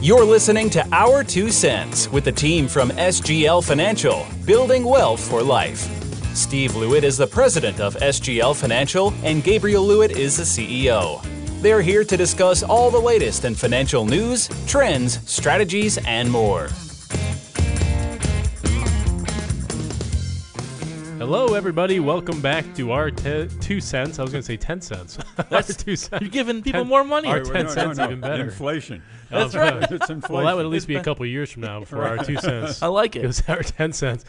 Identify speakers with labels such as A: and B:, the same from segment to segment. A: You're listening to Our Two Cents with the team from SGL Financial, building wealth for life. Steve Lewitt is the president of SGL Financial, and Gabriel Lewitt is the CEO. They're here to discuss all the latest in financial news, trends, strategies, and more.
B: Hello, everybody. Welcome back to our te- two cents. I was going to say ten cents. That's two cents.
C: You're giving people
B: Ten-
C: more money.
B: our
C: We're-
B: ten cents even better.
D: Inflation.
B: That's right.
D: It's inflation.
B: uh, Well, that would at least be a couple years from now before our two cents
C: I like it.
B: gives our ten cents.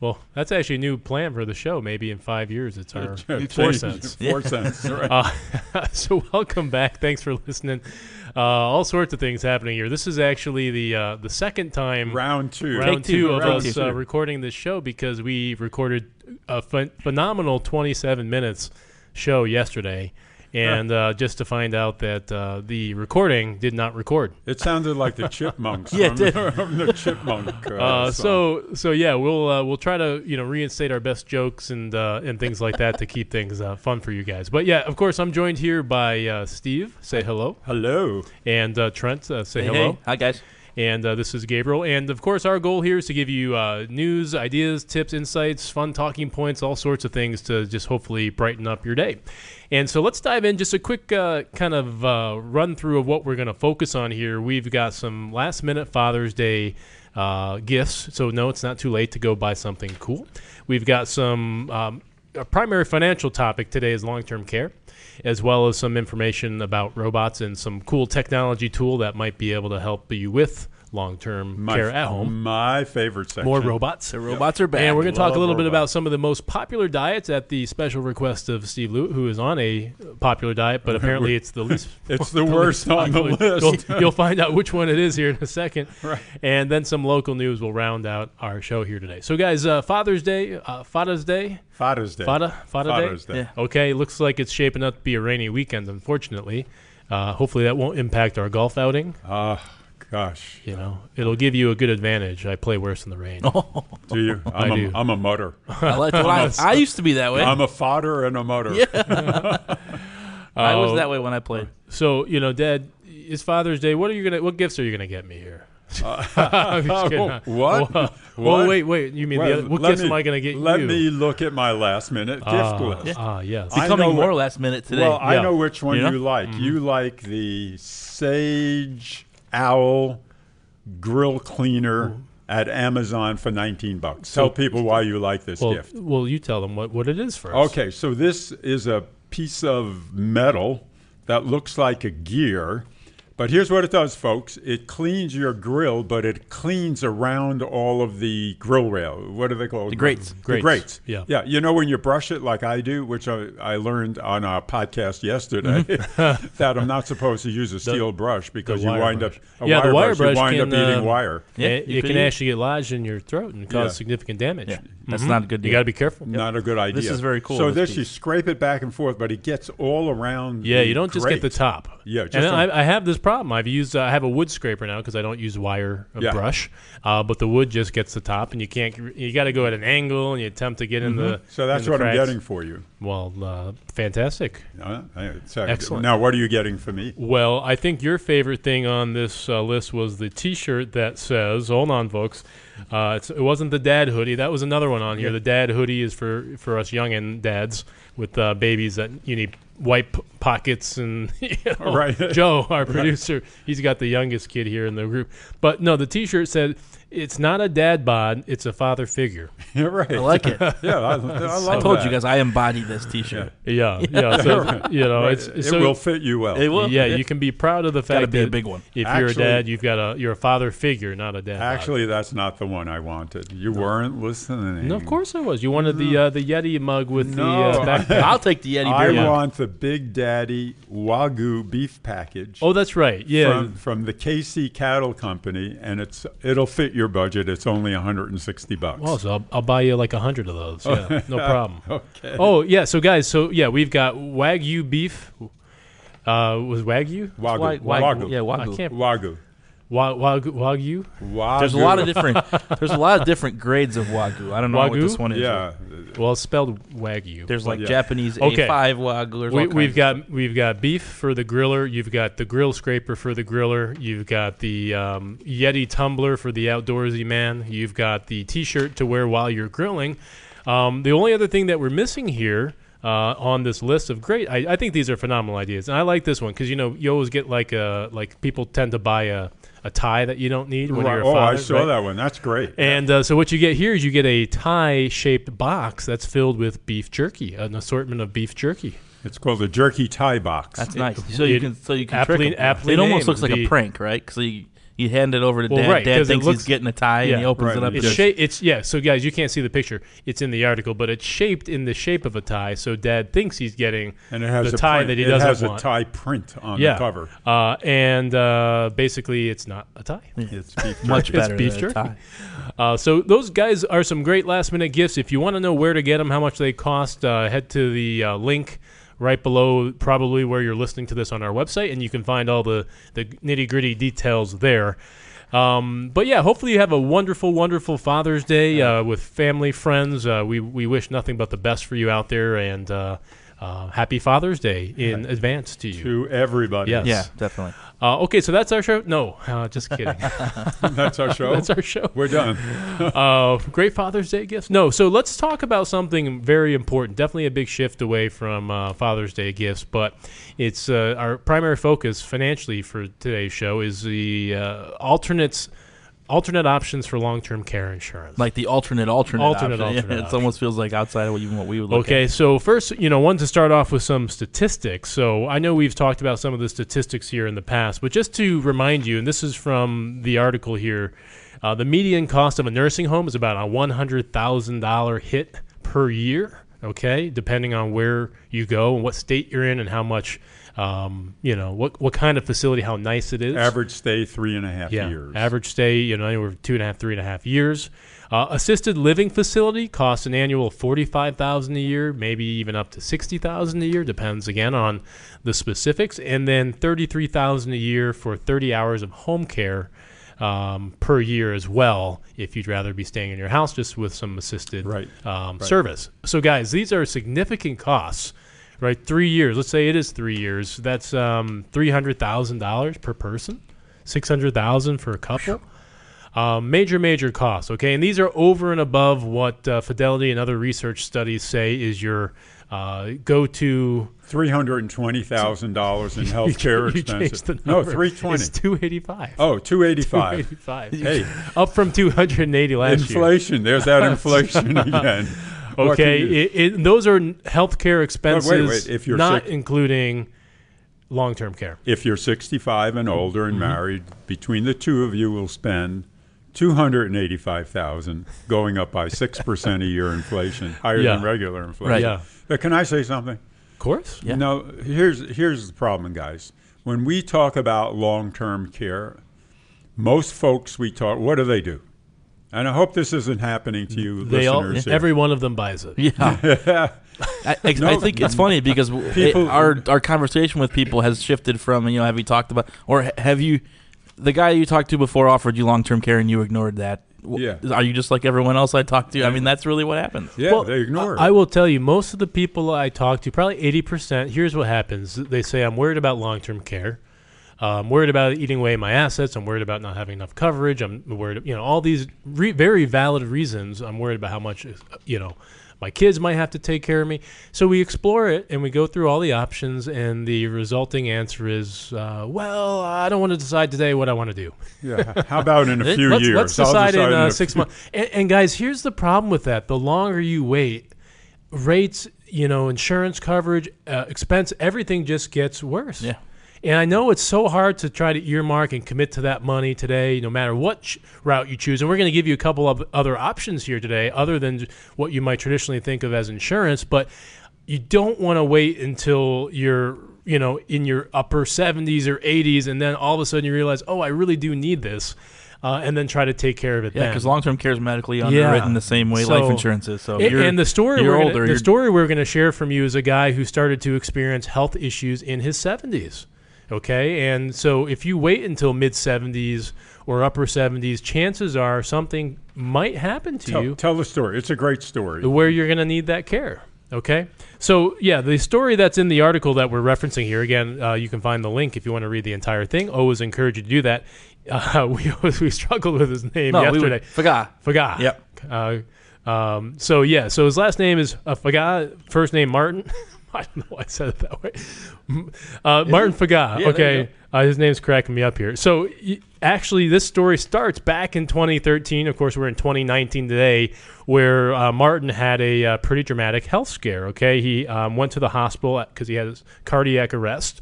B: Well, that's actually a new plan for the show. Maybe in five years, it's our four
D: Change-
B: cents.
D: Four cents. Right.
B: Uh, so welcome back. Thanks for listening. Uh, all sorts of things happening here. This is actually the uh, the second time
D: round two.
B: round two, of
D: Round
B: us
D: two.
B: Uh, recording this show because we recorded a phen phenomenal 27 minutes show yesterday, and uh, just to find out that uh, the recording did not record.
D: it sounded like the chipmunks.
C: Yeah,
D: from,
C: it did.
D: from the chipmunk. Uh,
B: Uh, so
D: song.
B: so yeah, we'll uh, we'll try to you know reinstate our best jokes and uh, and things like that to keep things uh, fun for you guys. But yeah, of course, I'm joined here by uh, Steve. Say hello,
D: hello.
B: and uh, Trent. Uh, say
C: Hey,
B: hello.
C: hey. Hi, guys.
B: And uh, this is Gabriel. And of course, our goal here is to give you uh, news, ideas, tips, insights, fun talking points, all sorts of things to just hopefully brighten up your day. And so let's dive in. Just a quick uh, kind of uh, run through of what we're going to focus on here. We've got some last minute Father's Day uh, gifts. So, no, it's not too late to go buy something cool. We've got some. Um, our primary financial topic today is long-term care, as well as some information about robots and some cool technology tool that might be able to help you with long-term
D: My,
B: care at home.
D: My favorite section.
B: More robots.
C: The robots are back.
B: And we're going to talk a
D: Love
B: little bit
D: robots.
B: about some of the most popular diets at the special request of Steve Lewitt, who is on a popular diet, but apparently it's the least.
D: It's the worst on the
B: popular.
D: list.
B: You'll, you'll find out which one it is here in a second. Right. And then some local news will round out our show here today. So, guys, uh, Father's Day, uh, Father's Day,
D: Father's Day.
B: Fada, Fada
D: Father's
B: Day.
D: Day.
C: Yeah.
B: Okay, looks like it's shaping up to be a rainy weekend. Unfortunately, uh, hopefully that won't impact our golf outing.
D: Ah, gosh.
B: You know, it'll give you a good advantage. I play worse in the rain.
D: Oh. Do you? I'm
B: I
D: a-
B: do.
D: I'm a mutter.
C: I, like what I, I used to be that way.
D: I'm a fodder and a mutter.
C: I was
B: Oh.
C: that way when I played.
B: So you know, Dad, it's Father's Day. What are you gonna? What gifts are you gonna get me here? I'm just kidding.
D: oh, Uh, what?
B: Whoa. Whoa,
D: What?
B: wait, wait. You mean
D: Well,
B: the other, what
D: let
B: gifts
D: me-
B: am I gonna get
D: Let
B: you?
D: me look at my last minute gift
B: ah,
D: list.
B: ah, yes.
D: I
C: Becoming
D: know
C: more
D: what-
C: last minute today.
D: Well, I
B: Yeah.
D: know which one
C: You
D: you,
C: know?
D: like. You like the Sage Owl grill cleaner at Amazon for 19 bucks. Tell people why you like this
B: well,
D: gift.
B: well, you tell them what, what it is first.
D: Okay, so this is a piece of metal that looks like a gear. But here's what it does, folks. It cleans your grill, but it cleans around all of the grill rail. What are they called? The
C: grates.
B: Grates,
D: The grates.
B: yeah.
D: Yeah. You know when you brush it like I do, which I, I learned on our podcast yesterday, that I'm not supposed to use a steel brush because you
B: Mm-hmm. wire
D: wind
B: brush.
D: up a
B: Yeah, the
D: wire,
B: wire
D: brush,
B: brush
D: you wind
B: can,
D: up
B: uh,
D: eating wire.
C: Yeah,
B: it,
C: you
B: it
C: could
B: can
C: eat-
B: actually lodge in your throat and cause
D: Yeah.
B: significant damage. Mm-hmm.
C: Yeah, that's not a good
B: You
C: deal.
B: got to be careful.
D: Not a good idea.
C: is very cool,
D: So
C: this
D: this,
C: piece.
D: you scrape it back and forth, but it gets all around.
B: Yeah,
D: the
B: you don't just get the
D: grate.
B: top.
D: Yeah, just
B: and
D: on-
B: I, I have this problem. I've used uh, I have a wood scraper now because I don't use wire uh
D: Yeah.
B: brush, uh, but the wood just gets the top, and you can't. You got to go at an angle, and you attempt to get in the.
D: Mm-hmm. So that's
B: in the
D: what
B: cracks.
D: I'm getting for you.
B: Well, uh, fantastic.
D: Uh, it's ac-
B: Excellent.
D: Now, what are you getting for me?
B: Well, I think your favorite thing on this uh, list was the T-shirt that says "Hold on, folks." Uh, it's, it wasn't the dad hoodie. That was another one on here. The dad hoodie is for for us young and dads with uh, babies that you need wipe pockets and you know,
D: Right.
B: Joe, our producer, he's got the youngest kid here in the group. But no, the T-shirt said it's not a dad bod; it's a father figure.
D: You're right.
C: I like it.
D: yeah, I, I love
C: I told
D: that.
C: you guys I embody this T-shirt.
B: Yeah, yeah. So you know,
D: Right.
B: it's
D: it
B: so
D: will fit you well.
C: It will.
B: yeah, you can be proud of the fact
C: gotta be a
B: that
C: big one.
B: If you're a
D: Actually-
B: dad, you've got a you're a father figure, not a dad. bod.
D: Actually, that's not the one I wanted. You weren't listening.
B: no, of course I was. You wanted the uh, the Yeti mug with the
D: No.
B: uh, backpack.
C: I'll take the Yeti
D: I
C: beer. mug.
D: want the Big Daddy Wagyu beef package.
B: Oh, that's right. Yeah,
D: From, from the KC Cattle Company, and it's it'll fit your budget. It's only 160 bucks.
B: Oh, so I'll, I'll buy you like a hundred of those. Yeah, no problem. okay. Oh yeah, so guys, so yeah, we've got wagyu beef. Uh, was wagyu?
D: Wagyu.
C: Wag-
D: Wagyu.
C: Yeah, Wagyu.
B: I can't.
D: Wagyu.
B: Wa- wa- Wagyu?
D: Wagyu.
C: There's a lot of different. There's a lot of different grades of wagyu. I don't know what
B: Wagyu?
C: this one is.
D: Yeah.
B: Well, it's spelled Wagyu.
C: There's like
D: Yeah.
C: Japanese
B: Okay.
C: A5 wagyu. There's all
B: we,
C: kinds
B: we've
C: of
B: got we've got beef for the griller. You've got the grill scraper for the griller. You've got the um, Yeti tumbler for the outdoorsy man. You've got the T-shirt to wear while you're grilling. Um, the only other thing that we're missing here uh, on this list of great, I, I think these are phenomenal ideas, and I like this one because you know you always get like a like people tend to buy a, a tie that you don't need when
D: Right.
B: you're a
D: Oh,
B: father.
D: I saw
B: right?
D: that one. That's great.
B: And uh, so what you get here is you get a tie-shaped box that's filled with beef jerky, an assortment of beef jerky.
D: It's called the jerky tie box.
C: That's nice. So you
B: it-
C: can so you can
B: aptly-
C: trick 'em.
B: aptly
C: It almost
B: named
C: looks like
B: the-
C: a prank, right? Because you, you hand it over to
B: Well,
C: dad.
B: right,
C: dad
B: 'cause it
C: thinks
B: looks-
C: he's getting a tie,
B: Yeah,
C: and he opens
D: right.
C: it up.
B: It's
C: just-
B: shape. It's yeah. So guys, you can't see the picture. It's in the article, but it's shaped in the shape of a tie. So Dad thinks he's getting
D: and it has
B: the
D: a
B: tie
D: print.
B: that he
D: it
B: doesn't
D: has
B: want.
D: a tie print on
B: yeah.
D: the cover.
B: Uh, and uh, basically, it's not a tie.
D: It's beef
C: much
B: it's
C: better
B: beef
C: than
B: jerky.
C: a tie.
B: Uh, so those guys are some great last minute gifts. If you want to know where to get them, how much they cost, uh, head to the uh, link right below, probably where you're listening to this on our website, and you can find all the the nitty gritty details there. Um, but yeah, hopefully you have a wonderful, wonderful Father's Day uh, with family, friends. Uh, we we wish nothing but the best for you out there, and uh, uh, happy Father's Day in advance to you.
D: to everybody.
B: Yes.
C: Yeah, definitely.
B: Uh, okay, so that's our show. No, uh, just kidding.
D: That's our show.
B: that's our show.
D: We're done.
B: Uh, great Father's Day gifts. No, so let's talk about something very important. Definitely a big shift away from uh, Father's Day gifts, but it's uh, our primary focus financially for today's show is the uh, alternates, alternate options for long-term care insurance.
C: Like the alternate, alternate,
B: Alternate,
C: option.
B: alternate
C: Yeah, it
B: option.
C: almost feels like outside of even what we would look
B: Okay,
C: at.
B: so first, you know, one to start off with some statistics. So I know we've talked about some of the statistics here in the past, but just to remind you, and this is from the article here, uh, the median cost of a nursing home is about a one hundred thousand dollar hit per year. Okay, depending on where you go and what state you're in, and how much, um, you know, what what kind of facility, how nice it is.
D: Average stay three and a half
B: Yeah,
D: years.
B: average stay, you know, anywhere from two and a half, three and a half years. Uh, assisted living facility costs an annual forty-five thousand a year, maybe even up to sixty thousand a year, depends again on the specifics. And then thirty-three thousand a year for thirty hours of home care um, per year as well, if you'd rather be staying in your house just with some assisted
D: Right.
B: um, service. So, guys, these are significant costs. Right, three years. Let's say it is three years. That's um, three hundred thousand dollars per person six hundred thousand for a couple. Um, major, major costs. Okay, and these are over and above what uh, Fidelity and other research studies say is your uh, go-to.
D: Three hundred and twenty thousand dollars in health care
B: you changed
D: expenses.
B: the
D: no,
B: number.
D: three twenty.
B: It's two eighty-five.
D: Oh, two eighty five.
B: 285.
D: Hey.
B: up from 280 last year.
D: Inflation. There's that inflation again. What can
B: Okay,
D: you-
B: it, it, those are n- healthcare expenses,
D: wait, if you're
B: not
D: sick-
B: including long-term care.
D: if you're 65 and older and
B: Mm-hmm.
D: married, between the two of you will spend 285,000 going up by 6% a year inflation, higher
B: Yeah.
D: than regular inflation.
B: Yeah.
D: But can I say something?
B: Of course.
C: Yeah.
D: No, here's here's the problem, guys. When we talk about long-term care, most folks we talk what do they do? And I hope this isn't happening to you
B: They all,
D: listeners. here.
B: every one of them buys it.
C: Yeah. I, I, I
D: No.
C: think it's funny because w- it-
D: People-
C: our our conversation with people has shifted from you know have you talked about or ha- have you the guy you talked to before offered you long term care and you ignored that. W-
D: Yeah.
C: Are you just like everyone else I talked to? I mean, that's really what happens.
D: yeah,
B: Well,
D: they ignore
B: I, I
D: it.
B: will tell you, most of the people I talk to, probably eighty percent. Here's what happens: they say, "I'm worried about long-term care. Uh, I'm worried about eating away my assets. I'm worried about not having enough coverage. I'm worried, you know, all these re- very valid reasons. I'm worried about how much, uh, you know." My kids might have to take care of me, so we explore it and we go through all the options, and the resulting answer is, uh, well, I don't want to decide today what I want to do.
D: yeah. How about in a few
B: let's,
D: years?
B: Let's
D: I'll
B: decide in
D: a
B: uh,
D: few-
B: six months. And, and guys, here's the problem with that: the longer you wait, rates, you know, insurance coverage, uh, expense, everything just gets worse.
C: Yeah.
B: And I know it's so hard to try to earmark and commit to that money today, no matter what ch- route you choose. And we're going to give you a couple of other options here today, other than what you might traditionally think of as insurance. But you don't want to wait until you're, you know, in your upper 70s or 80s, and then all of a sudden you realize, oh, I really do need this, uh, and then try to take care of it
C: Yeah,
B: then.
C: because long term care is medically underwritten the same way
B: So-
C: life insurance is. So
B: A-
C: you're,
B: and the story
C: you're
B: we're
C: older.
B: Gonna,
C: you're-
B: the story we're going to share from you is a guy who started to experience health issues in his 70s. Okay, and so if you wait until mid 70s or upper 70s, chances are something might happen to you
D: Tell, tell the story. It's a great story.
B: where you're going to need that care. Okay. So, yeah, the story that's in the article that we're referencing here, again, uh, you can find the link if you want to read the entire thing. Always encourage you to do that. Uh, we, always, we struggled with his name
C: No, we
B: yesterday.
C: would- forgot.
B: Faga.
C: Yep.
B: Uh, um, so, yeah, so his last name is uh, Faga, first name Martin. I don't know why I said it that way. Uh, Martin Faga.
C: Yeah, there you
B: okay. Uh, his name's cracking me up here. So, y- actually, this story starts back in 2013. Of course, we're in 2019 today, where uh, Martin had a uh, pretty dramatic health scare. Okay. He um, went to the hospital because he had his cardiac arrest.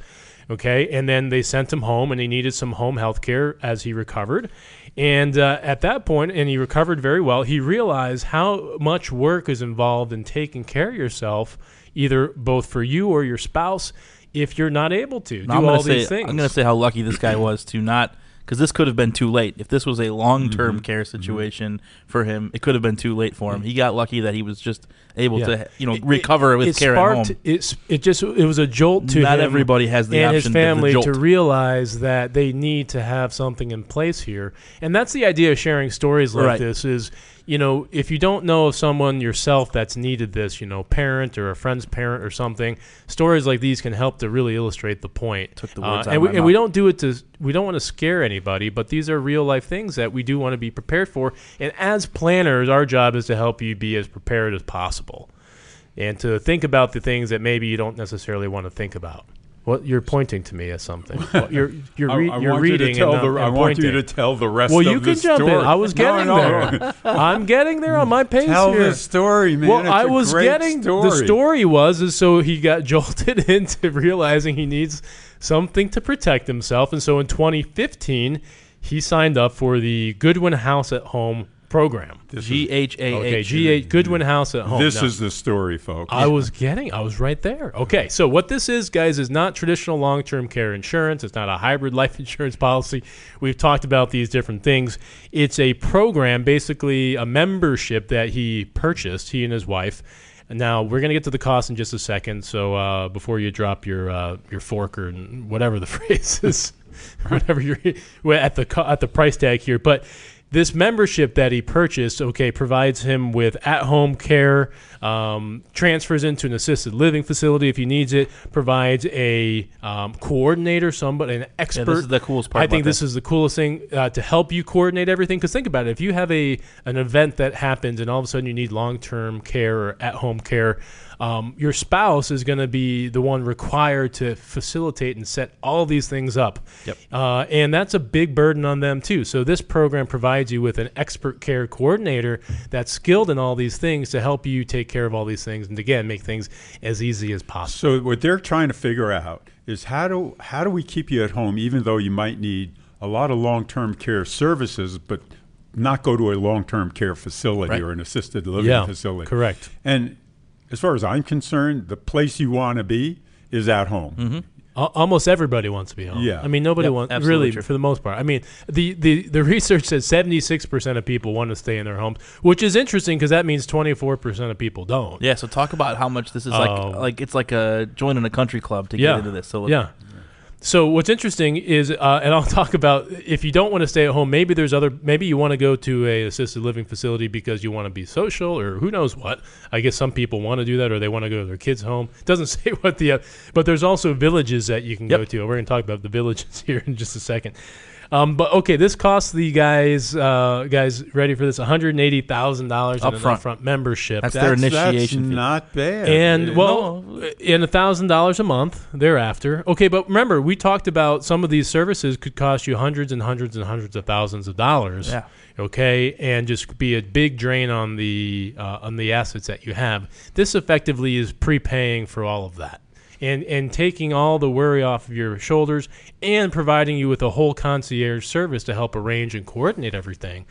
B: Okay. And then they sent him home, and he needed some home health care as he recovered. And uh, at that point, and he recovered very well, he realized how much work is involved in taking care of yourself, either both for you or your spouse. If you're not able to do
C: I'm
B: all
C: gonna say,
B: these things,
C: I'm going to say how lucky this guy was to not, because this could have been too late. If this was a long term
B: Mm-hmm.
C: care situation for him, it could have been too late for him. He got lucky that he was just able
B: Yeah.
C: to, you know,
B: It-
C: recover with
B: it
C: care
B: sparked,
C: at home.
B: It's it just it was a jolt to
C: Not
B: him
C: everybody has the
B: and his
C: option to the
B: family
C: jolt.
B: to realize that they need to have something in place here, and that's the idea of sharing stories like
C: Right.
B: this. Is you know if you don't know of someone yourself that's needed this, you know, parent or a friend's parent or something, stories like these can help to really illustrate the point.
C: Took the
B: Uh,
C: words out
B: and
C: of
B: we
C: my
B: and we
C: mouth.
B: don't do it to we don't want to scare anybody, but these are real life things that we do want to be prepared for. And as planners, our job is to help you be as prepared as possible and to think about the things that maybe you don't necessarily want to think about. What you're pointing to me as something. What you're you're,
D: I,
B: re-
D: I
B: you're
D: want
B: reading
D: you to tell
B: and, not-
D: the.
B: and
D: I want you
B: pointing.
D: to tell the rest.
B: well,
D: of
B: you
D: the
B: can jump
D: story.
B: in. I was
D: No,
B: getting
D: no, no.
B: there. I'm getting there on my pace
D: Tell
B: here.
D: the story, man.
B: Well,
D: It's
B: I
D: a
B: was
D: great
B: getting
D: story.
B: the story was is so he got jolted into realizing he needs something to protect himself, and so in 2015 he signed up for the Goodwin House at Home program.
C: G H A
B: Okay,
C: H.
B: G8 Goodwin House at Home.
D: This
B: Now-
D: is the story, folks.
B: I was getting, I was right there. Okay, so what this is, guys, is not traditional long term care insurance. It's not a hybrid life insurance policy. We've talked about these different things. It's a program, basically a membership that he purchased, he and his wife. Now we're gonna get to the cost in just a second. So uh, before you drop your uh, your fork or whatever the phrase is, whatever you're well, at the co- at the price tag here, but this membership that he purchased, okay, provides him with at-home care, um, transfers into an assisted living facility if he needs it, provides a um, coordinator, somebody, an expert.
C: is the coolest part
B: I think
C: about
B: this is the coolest thing uh, to help you coordinate everything. Because think about it: if you have a an event that happens, and all of a sudden you need long-term care or at-home care. Um, your spouse is going to be the one required to facilitate and set all these things up.
C: Yep.
B: Uh, and that's a big burden on them too. So this program provides you with an expert care coordinator that's skilled in all these things to help you take care of all these things and again make things as easy as possible.
D: So what they're trying to figure out is how do how do we keep you at home, even though you might need a lot of long term care services, but not go to a long term care facility
C: Right.
D: or an assisted living
B: Yeah,
D: facility.
B: correct.
D: And as far as I'm concerned, the place you want to be is at home.
B: Mm-hmm. Al almost everybody wants to be home.
D: Yeah.
B: I mean, nobody
C: Yep,
B: wants
C: absolutely
B: really
C: true.
B: for the most part. I mean, the the the research says seventy six percent of people want to stay in their homes, which is interesting because that means twenty four percent of people don't.
C: Yeah, so talk about how much this is like.
B: Um,
C: like it's like a joining a country club to get into this. So
B: yeah. So what's interesting is, uh, and I'll talk about if you don't want to stay at home, maybe there's other, maybe you want to go to a assisted living facility because you want to be social or who knows what. I guess some people want to do that or they want to go to their kids' home. Doesn't say what the, uh, but there's also villages that you can
C: Yep.
B: go to. We're going to talk about the villages here in just a second. Um, but okay, this costs the guys, uh, guys ready for this, one hundred eighty thousand dollars in an
C: Upfront.
B: upfront membership.
C: That's
D: That's,
C: their initiation
D: that's
C: fee.
D: not bad.
B: And well, and a thousand dollars a month thereafter. Okay, but remember we talked about some of these services could cost you hundreds and hundreds and hundreds of thousands of dollars.
C: Yeah.
B: Okay, and just be a big drain on the uh, on the assets that you have. This effectively is prepaying for all of that. And, and taking all the worry off of your shoulders and providing you with a whole concierge service to help arrange and coordinate everything.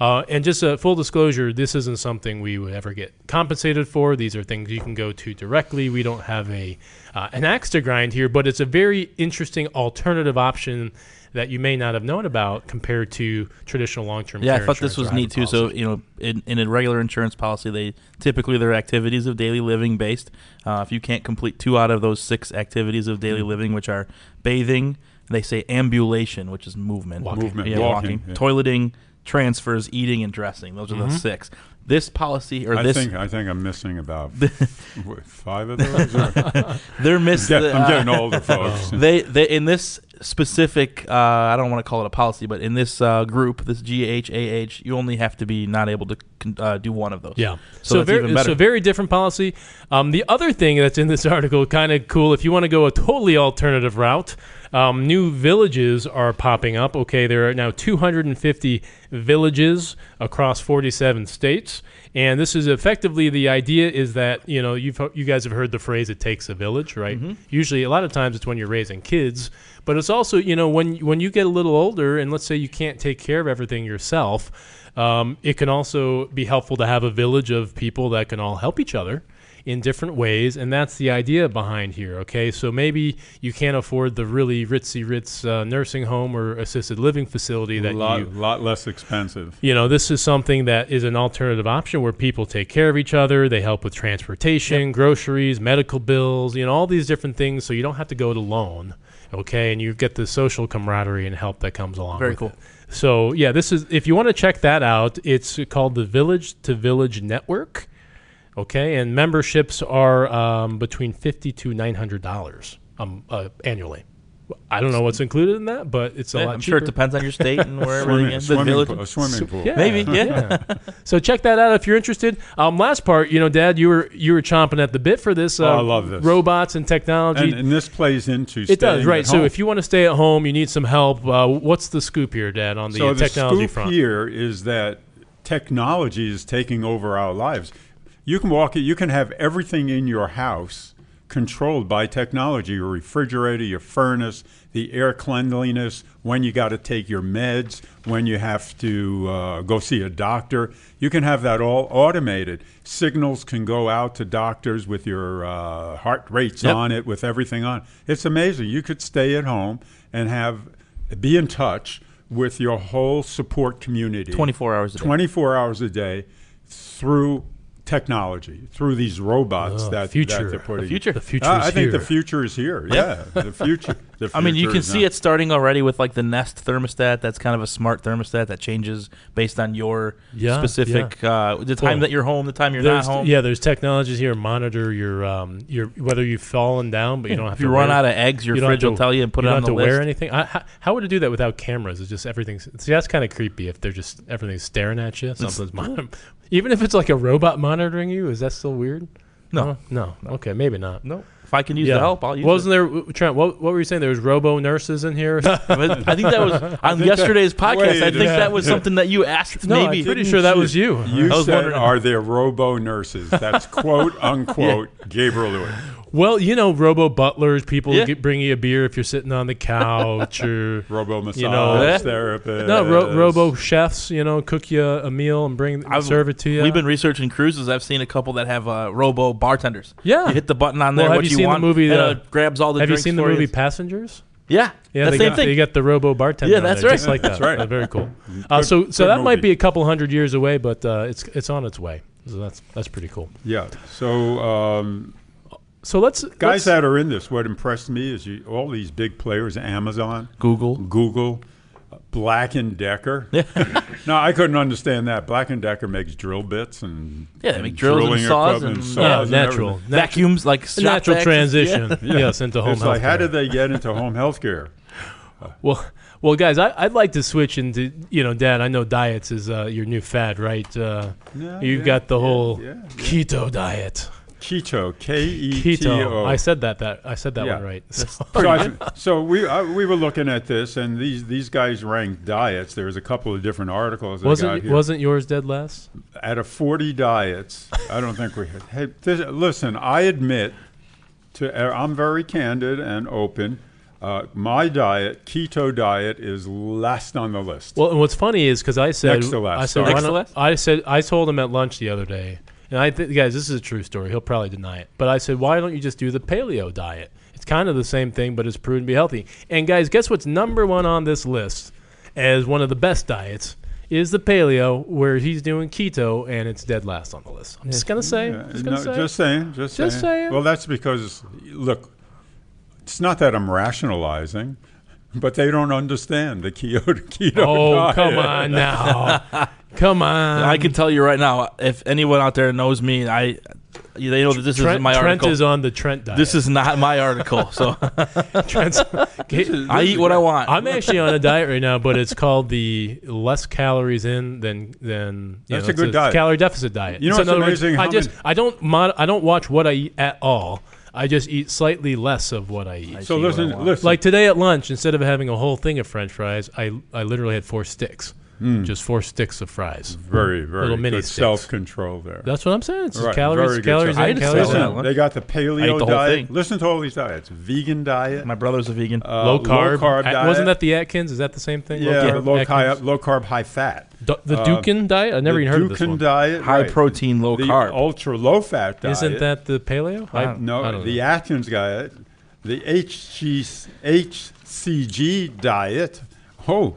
B: Uh, and just uh, full disclosure, this isn't something we would ever get compensated for. These are things you can go to directly. We don't have a uh, an axe to grind here, but it's a very interesting alternative option that you may not have known about compared to traditional long-term.
C: Yeah, I
B: care
C: thought this
B: insurance
C: was
B: or
C: neat too.
B: hybrid
C: So you know, in, in a regular insurance policy, they typically their activities of daily living based. Uh, if you can't complete two out of those six activities of daily
B: Mm-hmm.
C: living, which are bathing, they say ambulation, which is movement,
B: Walking.
D: Movement,
C: yeah,
D: walking,
C: walking,
D: yeah.
C: toileting, transfers, eating, and dressing. Those are
B: Mm-hmm.
C: the six. This policy or
D: I
C: this,
D: think I think I'm missing about what, five of those. Or,
C: they're missed.
D: Yeah,
C: the,
D: I'm
C: uh,
D: getting older, folks.
C: they, they in this specific uh, I don't want to call it a policy, but in this uh, group, this GHAH, you only have to be not able to con- uh, do one of those.
B: Yeah.
C: so, that's
B: very,
C: even better.
B: so very different policy. Um, the other thing that's in this article, kind of cool, if you want to go a totally alternative route, um, new villages are popping up. Okay, there are now 250 villages across 47 states, and this is effectively the idea is that you know you've you guys have heard the phrase "it takes a village," right?
C: Mm-hmm.
B: Usually, a lot of times it's when you're raising kids, but it's also you know when when you get a little older, and let's say you can't take care of everything yourself. Um, it can also be helpful to have a village of people that can all help each other in different ways, and that's the idea behind here. Okay, so maybe you can't afford the really ritzy ritz uh, nursing home or assisted living facility
D: a
B: that
D: lot,
B: you.
D: lot less expensive.
B: You know, this is something that is an alternative option where people take care of each other. They help with transportation, groceries, medical bills, you know, all these different things. So you don't have to go it alone, okay? And you get the social camaraderie and help that comes along.
C: Very
B: with
C: cool.
B: it. So yeah, this is if you want to check that out, it's called the Village to Village Network. Okay, and memberships are um, between fifty to nine hundred dollars um, uh, annually. I don't know what's included in that, but it's a
C: Yeah,
B: lot
C: I'm
B: cheaper.
C: sure it depends on your state and wherever you
D: Swimming,
C: get the
D: swimming,
C: village.
D: pool, a swimming pool.
B: Yeah,
C: Maybe, yeah.
B: so check that out if you're interested. Um, last part, you know, Dad, you were you were chomping at the bit for this. Uh,
D: Oh, I love this.
B: Robots and technology.
D: And, and this plays into
B: it does, right? So if you want to stay at home, you need some help. Uh, what's the scoop here, Dad, on the
D: so
B: uh,
D: the
B: technology
D: scoop
B: front?
D: here is that technology is taking over our lives. You can walk, you can have everything in your house controlled by technology. Your refrigerator, your furnace, the air cleanliness, when you got to take your meds, when you have to uh, go see a doctor. You can have that all automated. Signals can go out to doctors with your uh, heart rates
C: Yep.
D: on it, with everything on. It's amazing. You could stay at home and have be in touch with your whole support community
C: 24 hours a day.
D: 24 hours a day through technology through these robots
B: Oh,
D: that,
B: future.
D: that
B: The
D: they're putting
C: future.
B: The future
D: I, I
B: is
D: think the
B: here.
D: future is here yeah the future the
C: I mean, you
D: future
C: can
D: is
C: see
D: now.
C: it starting already with like the Nest thermostat. That's kind of a smart thermostat that changes based on your
B: Yeah,
C: specific Uh, the time
B: Well,
C: that you're home, the time you're
B: There's,
C: not home.
B: yeah, there's technologies here monitor your um your whether you've fallen down, but you don't have
C: If
B: to.
C: you run
B: wear-
C: out of eggs, your
B: you don't have
C: fridge will
B: to-
C: tell you and put
B: you
C: it
B: don't
C: on
B: have
C: the
B: to wear
C: list.
B: anything. I, how, how would it do that without cameras? It's just everything's. See, that's kind of creepy. If they're just everything's staring at you, something's mon- even if it's like a robot monitoring you, is that still weird?
C: No.
B: no, okay, maybe not.
C: No, if I can use the help, I'll use
B: Wasn't
C: it.
B: there Trent? What, what were you saying? There was robo nurses in here.
C: I think that was on yesterday's podcast.
D: Wait,
C: I think
D: yeah.
C: that was something that you asked.
B: No, I'm
C: maybe
B: pretty sure that was you.
D: you
C: I was
D: said,
C: wondering-
D: are there robo nurses that's quote unquote gabriel lewis
B: well, you know, robo butlers. People
C: Yeah.
B: get, bring you a beer if you're sitting on the couch or.
D: robo massage
B: know-
D: therapist
B: No, ro- robo chefs, you know, cook you a meal and bring
C: I've-
B: serve it to you.
C: We've been researching cruises. I've seen a couple that have uh, robo bartenders.
B: Yeah.
C: you hit the button on
B: Well,
C: there.
B: have
C: what
B: you
C: you
B: seen the
C: want,
B: movie,
C: and,
B: uh,
C: uh, grabs all the.
B: Have you
C: drinks
B: seen the
C: for
B: movie
C: you.
B: Passengers?
C: Yeah,
B: Yeah,
C: the
B: they
C: same
B: got,
C: thing.
B: they got the robo bartender.
C: Yeah,
B: on
C: that's
B: there,
C: right.
B: Just like that.
D: That's right.
B: Uh, very cool. Uh, so, so
D: good
B: that might
D: movie.
B: be a couple hundred years away, but uh, it's it's on its way. So that's that's pretty cool.
D: yeah so um,
B: So let's
D: guys
B: let's-
D: that are in this what impressed me is you, all these big players amazon
C: Google.
D: Google, Black and Decker. no, I couldn't understand that. Black and Decker makes drill bits and
C: Yeah, they make drills and saws
D: equipment
C: and-
D: saws
B: yeah,
D: and
B: natural,
D: everything.
B: natural,
C: vacuums like shop
B: natural
C: vacuums.
B: transition. Yes, into home
D: It's like how
B: healthcare.
D: did they get into home health care?
B: Well, well, guys, I, I'd like to switch into you know, Dad. I know diets is uh, your new fad, right? Uh,
D: No,
B: you've
D: yeah,
B: got the
D: yeah,
B: whole
D: yeah, yeah.
B: keto diet.
D: Keto, K E T
B: Keto.
D: O.
B: I said that. That I said that
D: Yeah.
B: one right. So-
D: So, I- so we I, we were looking at this, and these these guys ranked diets. There was a couple of different articles. I got
B: wasn't
D: here.
B: wasn't yours dead last?
D: out of 40 diets, I don't think we had. Hey, uh, this, listen, I admit to, I'm very candid and open. Uh, my diet, keto diet, is last on the list.
B: Well, and what's funny is because I said,
D: Next to last,
B: I said,
D: sorry.
B: why
D: Next
B: not-
A: to last?
B: I said, I told him at lunch the other day, and I th- guys, this is a true story. He'll probably deny it, but I said, why don't you just do the paleo diet? It's kind of the same thing, but it's proven to be healthy. And guys, guess what's number one on this list as one of the best diets is the paleo, where he's doing keto, and it's dead last on the list. I'm just gonna say,
D: Yeah,
B: just
D: no,
B: gonna say,
D: just saying, just,
B: Just saying.
D: Well, that's because look, it's not that I'm rationalizing, but they don't understand the keto keto.
B: oh
D: diet.
B: come on now, come on.
C: I can tell you right now, if anyone out there knows me, I they know that this
B: Trent,
C: is my
B: Trent
C: article.
B: is on the Trent diet.
C: this is not my article, so
B: Trent's,
C: I eat what I want.
B: I'm actually on a diet right now, but it's called the less calories in than than. you
D: That's
B: know,
D: a
B: it's
D: good diet.
B: Calorie deficit diet.
D: You know
B: So
D: what's
B: in other words,
D: amazing?
B: I
D: How
B: just
D: many-
B: I don't mod, I don't watch what I eat at all. I just eat slightly less of what I eat.
C: I-
D: So
C: See what I
D: listen,
C: want.
D: listen.
B: like today at lunch, instead of having a whole thing of French fries, I I literally had four sticks,
D: Hmm.
B: just four sticks of fries.
D: very very
B: little mini
D: good
B: sticks.
D: self control there.
B: That's what I'm saying. It's just
D: Right,
B: calories,
D: very good
B: calories,
D: stuff.
C: I
B: in,
C: just
B: calories
C: felt
B: out.
C: that
D: Listen,
C: one.
D: they got the
C: I ate the
D: paleo
C: whole
D: diet.
C: thing.
D: Listen to all these diets: vegan diet,
C: my brother's a vegan.
D: uh,
B: low carb.
D: low carb
B: At-
D: diet.
B: Wasn't that the Atkins? Is that the same thing?
D: yeah, the low,
B: Atkins?
D: carb, low carb, high fat.
B: Du- the
D: uh,
B: Dukin diet. I never
D: the
B: even heard of this
D: Dukan
B: one.
D: diet,
C: High
D: right.
C: protein, low
D: the
C: carb.
D: ultra low fat diet.
B: Isn't that the paleo? I,
D: No,
B: I don't
D: the
B: know.
D: Atkins diet, the HG, HCG diet. Oh,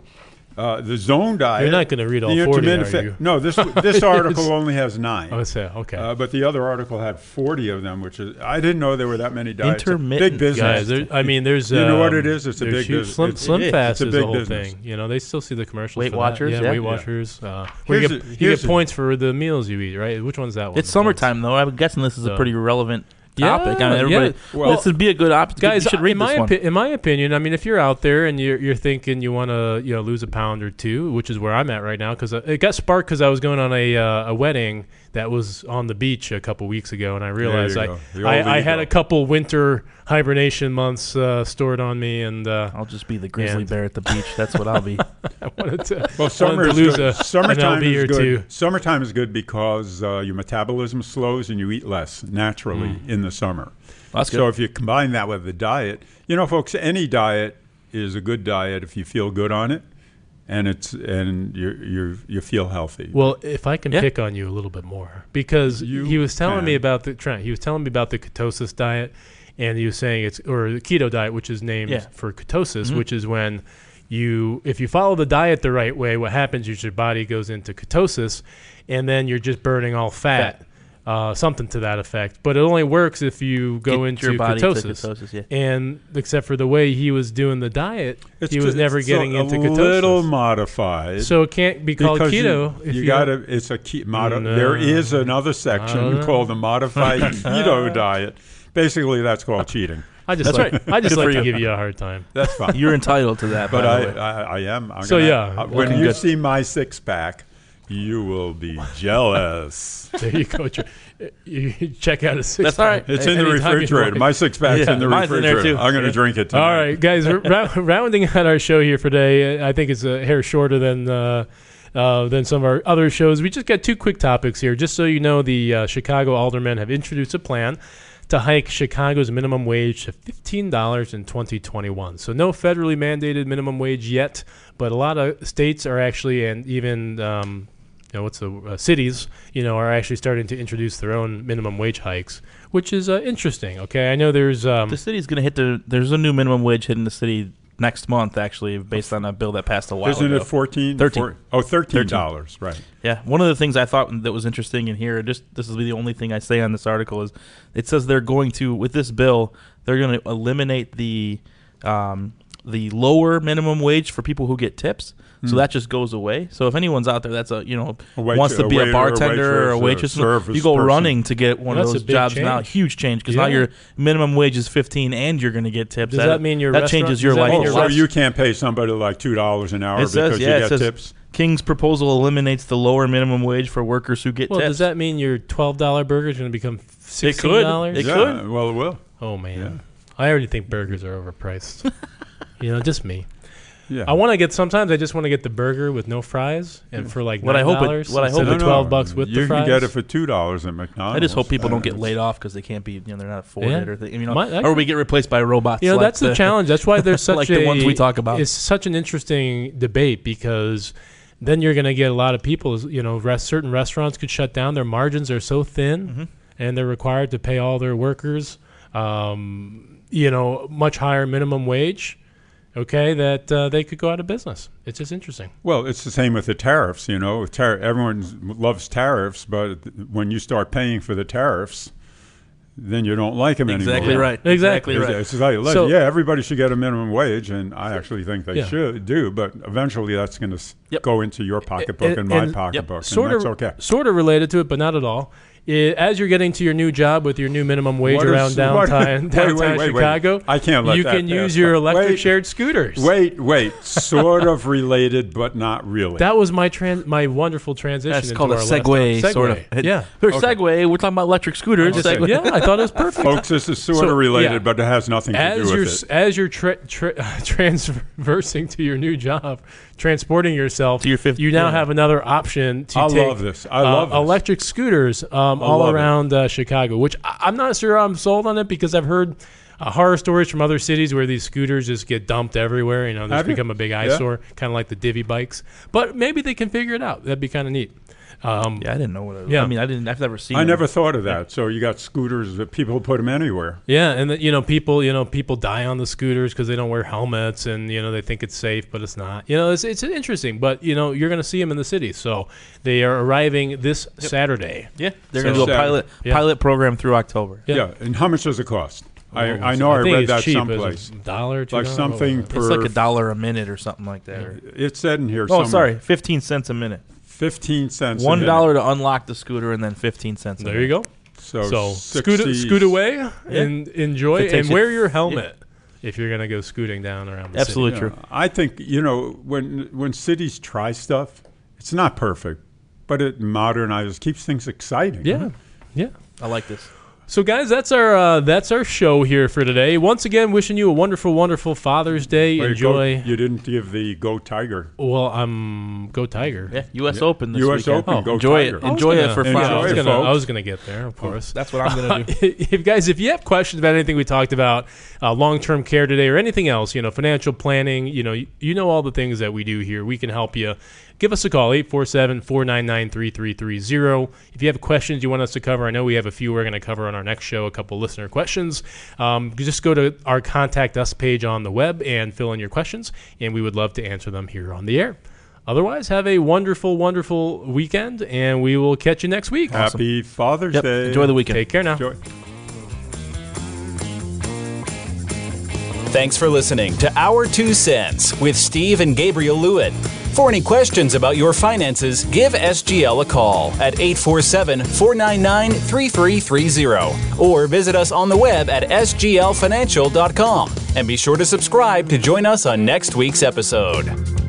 D: uh, the Zone diet.
B: not gonna read all
D: the
B: 40,
D: intermittent
B: are
D: fa-
B: you? Oh,
D: No, this this article only has nine.
B: I would say okay.
D: Uh, but the other article had 40 of them, which is I didn't know there were that many diets.
C: Intermittent
D: big business.
B: Guys, there, I mean, there's
D: You know what
B: um,
D: it is? It's a
B: there's
D: big
B: huge-
D: business.
B: Slim,
D: It's-
B: slim
C: it is.
B: Fast
D: It's a
B: is the
D: big
B: whole
D: business.
B: thing. You know, they still see the commercials.
C: Weight
B: for that.
C: Watchers,
B: yeah,
C: yeah.
B: Weight
C: Yeah.
B: Watchers. Uh, where you
D: Here's
B: get,
D: a-
B: you
D: here's
B: get
D: a-
B: points for the meals you eat, right? Which one's that one?
C: It's
B: The points?
C: summertime though. I'm guessing this is a
B: So-
C: pretty relevant
B: Yeah,
C: topic. I mean,
B: yeah.
C: everybody,
B: Well-
C: this would be a good option.
B: guys.
C: you should read
B: in
C: this
B: my
C: one.
B: opi- in my opinion, I mean, if you're out there and you're, you're thinking you want to you know lose a pound or two, which is where I'm at right now, because it got sparked because I was going on a uh, a wedding that was on the beach a couple weeks ago, and I realized
D: you
B: I
D: go. The old
B: I, I had
D: ego.
B: a couple winter hibernation months uh, stored on me, and uh,
C: I'll just be the grizzly
B: And-
C: bear at the beach. That's what I'll be.
B: I wanted to
D: Well, summer
B: wanted to
D: is
B: lose
D: good.
B: a
D: Summertime
B: uh, an LB
D: is
B: or
D: good.
B: two.
D: Summertime is good because uh, your metabolism slows and you eat less naturally
B: Mm.
D: in the summer.
C: That's
D: so
C: good.
D: if you combine that with the diet, you know, folks, any diet is a good diet if you feel good on it, and it's and you you you feel healthy.
B: Well, if I can
C: Yeah.
B: pick on you a little bit more, because
D: You
B: he was telling me
D: can.
B: about the Trent. He was telling me about the ketosis diet, and he was saying it's or the keto diet, which is named
C: Yeah. Mm-hmm.
B: for ketosis, which is when you, if you follow the diet the right way, what happens is your body goes into ketosis, and then you're just burning all fat. Uh, something to that effect, but it only works if you go
C: Get
B: into
C: your body to
B: ketosis.
C: ketosis, yeah.
B: And except for the way he was doing the diet,
D: It's
B: he was
D: ju-
B: never
D: it's
B: getting
D: a
B: into
D: a
B: ketosis.
D: little modified.
B: so it can't be called
D: because
B: keto.
D: You,
B: if
D: you
B: you Mm,
D: got to, it's a keto. Modi-
B: No.
D: There is another
B: don't
D: section
B: know.
D: called the modified keto diet. Basically, that's called cheating.
B: I just
C: That's
B: like,
C: right.
B: I just
C: Good
B: like
C: for
B: to
C: you.
B: give you a hard time.
D: That's fine.
C: You're entitled to that.
D: But
C: by
D: I,
C: the way.
D: I, I am. I'm
B: So,
D: gonna-
B: yeah,
D: uh, when
B: okay.
D: you
B: Good.
D: see my six pack, you will be jealous.
B: There you go. Jer- You you check out a six.
C: That's all right.
D: It's
B: Hey,
D: in the
B: anytime you
D: refrigerator.
B: want.
D: My six pack's
C: Yeah,
D: in the
C: mine's in there,
D: refrigerator.
C: too.
D: I'm going to
C: Yeah.
D: drink it
B: All
D: tonight.
B: right, guys. we're rou- rounding out our show here for today. uh, I think it's a hair shorter than uh, uh, than some of our other shows. We just got two quick topics here, just so you know. The uh, Chicago aldermen have introduced a plan to hike Chicago's minimum wage to fifteen dollars in 2021. So no federally mandated minimum wage yet, but a lot of states are actually, and even um, you know, what's the uh, cities, you know, are actually starting to introduce their own minimum wage hikes, which is uh, interesting. Okay, I know there's um,
C: the city's going to hit the. There's a new minimum wage hitting the city next month, actually, based on a bill that passed a while
D: Isn't
C: ago.
D: it 14?
C: Thirteen.
D: Four- oh, $13. Right.
C: Yeah, one of the things I thought that was interesting in here, just this will be the only thing I say on this article is, it says they're going to with this bill they're going to eliminate the um, the lower minimum wage for people who get tips, so that just goes away. So if anyone's out there that's a you know
D: Hmm. A wait-
C: wants to
D: a
C: be
D: waiter,
C: a
D: a
C: bartender or a
D: waitress,
C: waitress,
D: or a service
C: you go
D: person.
C: running to get one
B: That's a
C: of those
B: big
C: jobs now.
B: change.
C: Huge change because now
B: Yeah.
C: your minimum wage is fifteen and you're going to get tips.
B: Does that mean your
C: that
B: restaurant-
C: changes your
B: does that
C: life?
B: mean
C: a
B: your
D: Oh, so
C: lot.
B: rest-
D: you can't pay somebody like $2 an hour
C: It
D: because
C: says,
D: you
C: yeah,
D: get
C: it says
D: tips?
C: King's proposal eliminates the lower minimum wage for workers who get
B: Well,
C: tips.
B: does that mean your twelve dollar burger is going to become
C: It
B: sixteen
C: could.
B: dollars?
C: It
D: yeah,
C: could.
D: well, it will.
B: Oh man, I already think burgers are overpriced. you know, just me.
D: Yeah.
B: I want to get. Sometimes I just want to get the burger with no fries, and for like
C: What I
B: nine
C: hope it-
B: dollars
C: what I hope
B: instead
C: it-
B: of twelve bucks with
D: you
B: the fries.
D: can get it for two dollars at McDonald's.
C: I just hope people don't
D: Uh,
C: get laid off because they can't be, you know, they're not afforded
B: Yeah.
C: or they, you know,
B: My- that
C: or we get replaced by robots.
B: you know,
C: like
B: that's the, challenge. That's why there's such
C: like
B: a,
C: the ones we talk about.
B: It's such an interesting debate because then you're going to get a lot of people. You know, rest, certain restaurants could shut down. Their margins are so thin,
C: Mm-hmm.
B: and they're required to pay all their workers, um, you know, much higher minimum wage. Okay, that uh, they could go out of business. It's just interesting.
D: Well, it's the same with the tariffs. You know, With tar- everyone loves tariffs, but when you start paying for the tariffs, then you don't like them anymore.
C: Exactly right.
B: Exactly.
D: It's-
C: right.
D: it's like, like,
B: So-
D: yeah, everybody should get a minimum wage, and I actually think they
B: Yeah.
D: should do. But eventually, that's going to
C: Yep.
D: go into your pocketbook
B: And-
D: and, my
B: and-
D: pocketbook,
B: Sort
D: and
B: of,
D: that's okay.
B: sort of related to it, but not at all. I- as you're getting to your new job with your new minimum wage
D: What
B: around
D: is- what-
B: downtown,
D: wait,
B: downtown
D: wait, wait, wait.
B: Chicago,
D: I can't let
B: you
D: that
B: can use
D: pass
B: your
D: by.
B: electric
D: Wait.
B: shared scooters.
D: Wait, wait, sort of related, but not really.
B: That was my trans, my wonderful transition.
C: That's
B: into
C: called a
B: our last topic.
C: segue,
B: Segway,
C: sort of.
B: Yeah,
C: There's Segway. We're talking about electric scooters.
D: Okay.
C: Segway.
B: yeah. I thought it was perfect.
D: Folks, this is sort
B: So,
D: of related,
B: yeah.
D: but it has nothing to do
B: as
D: with
B: you're
D: it.
B: s- as you're tra- tra- transversing to your new job, transporting yourself
C: To your fifth-
B: you now
C: yeah.
B: have another option to
D: I
B: take
D: love this. I
B: uh,
D: love this.
B: electric scooters um, all
D: love it.
B: around uh, Chicago. Which I- I'm not sure I'm sold on it because I've heard. Uh, horror stories from other cities where these scooters just get dumped everywhere. You know,
D: Have
B: they've
D: you?
B: become a big
D: Yeah.
B: eyesore, kind of like the divvy bikes. But maybe they can figure it out. That'd be kind of neat. Um,
C: Yeah, I didn't know what it was.
B: Yeah.
C: I mean, I didn't. I've never seen.
D: I
C: them.
D: never thought of that. So you got scooters that people put them anywhere.
B: Yeah, and that you know people, you know people die on the scooters because they don't wear helmets, and you know they think it's safe, but it's not. You know, it's it's interesting, but you know you're going to see them in the city, so they are arriving this Saturday.
C: Yeah, they're
D: So-
C: gonna do a
D: Saturday.
C: pilot
B: Yeah.
C: pilot program through October.
B: Yeah.
D: Yeah. And how much does it cost? I,
B: Well,
D: I know Oh, I,
B: think
D: read
B: it's
D: that
B: cheap, it's a
D: someplace.
B: dollar, $2,
D: Like
B: what
D: something
B: was it?
D: per.
C: It's like a dollar a minute or something like that. or-
D: It said in here.
C: Oh,
D: somewhere,
C: sorry, fifteen cents a minute.
D: Fifteen cents. a
C: One
D: minute.
C: dollar to unlock the scooter, and then fifteen cents. a
B: There you go.
D: So,
B: So
D: 60
B: scoot scoot away and enjoy,
C: If it takes
B: and wear
C: you-
B: your helmet if you're going to go scooting down around. The city.
C: Absolutely
D: Yeah.
C: true.
D: I think you know when when cities try stuff, it's not perfect, but it modernizes, keeps things exciting.
B: Yeah,
C: Mm-hmm.
B: yeah.
C: I like this.
B: So, guys, that's our uh, that's our show here for today. Once again, wishing you a wonderful, wonderful Father's Day.
D: Well, you go-
B: Enjoy.
D: you didn't give the go tiger.
B: Well, I'm go Tiger.
C: Yeah, U.S. Open this
D: US
C: weekend.
D: Open,
C: Oh,
D: go
C: enjoy
D: Tiger.
C: it.
D: I was
C: Enjoy it for
D: Enjoy
B: I
C: five.
B: was,
D: it,
B: gonna, I
D: folks.
B: was gonna get there, of course.
C: That's what I'm gonna do.
B: if guys, if you have questions about anything we talked about, uh, long-term care today or anything else, you know, financial planning, you know, you, you know all the things that we do here. We can help you. Give us a call 847-499-3330. If you have questions you want us to cover, I know we have a few we're going to cover on our next show, a couple listener questions. Um, you just go to our contact us page on the web and fill in your questions, and we would love to answer them here on the air. Otherwise, have a wonderful, wonderful weekend, and we will catch you next week.
D: Happy Father's
C: Yep.
D: Day.
C: Enjoy the weekend.
B: Take care now.
D: Enjoy.
A: Thanks for listening to Our Two Cents with Steve and Gabriel Lewitt. For any questions about your finances, give SGL a call at 847 499 3330 or visit us on the web at sglfinancial.com. And be sure to subscribe to join us on next week's episode.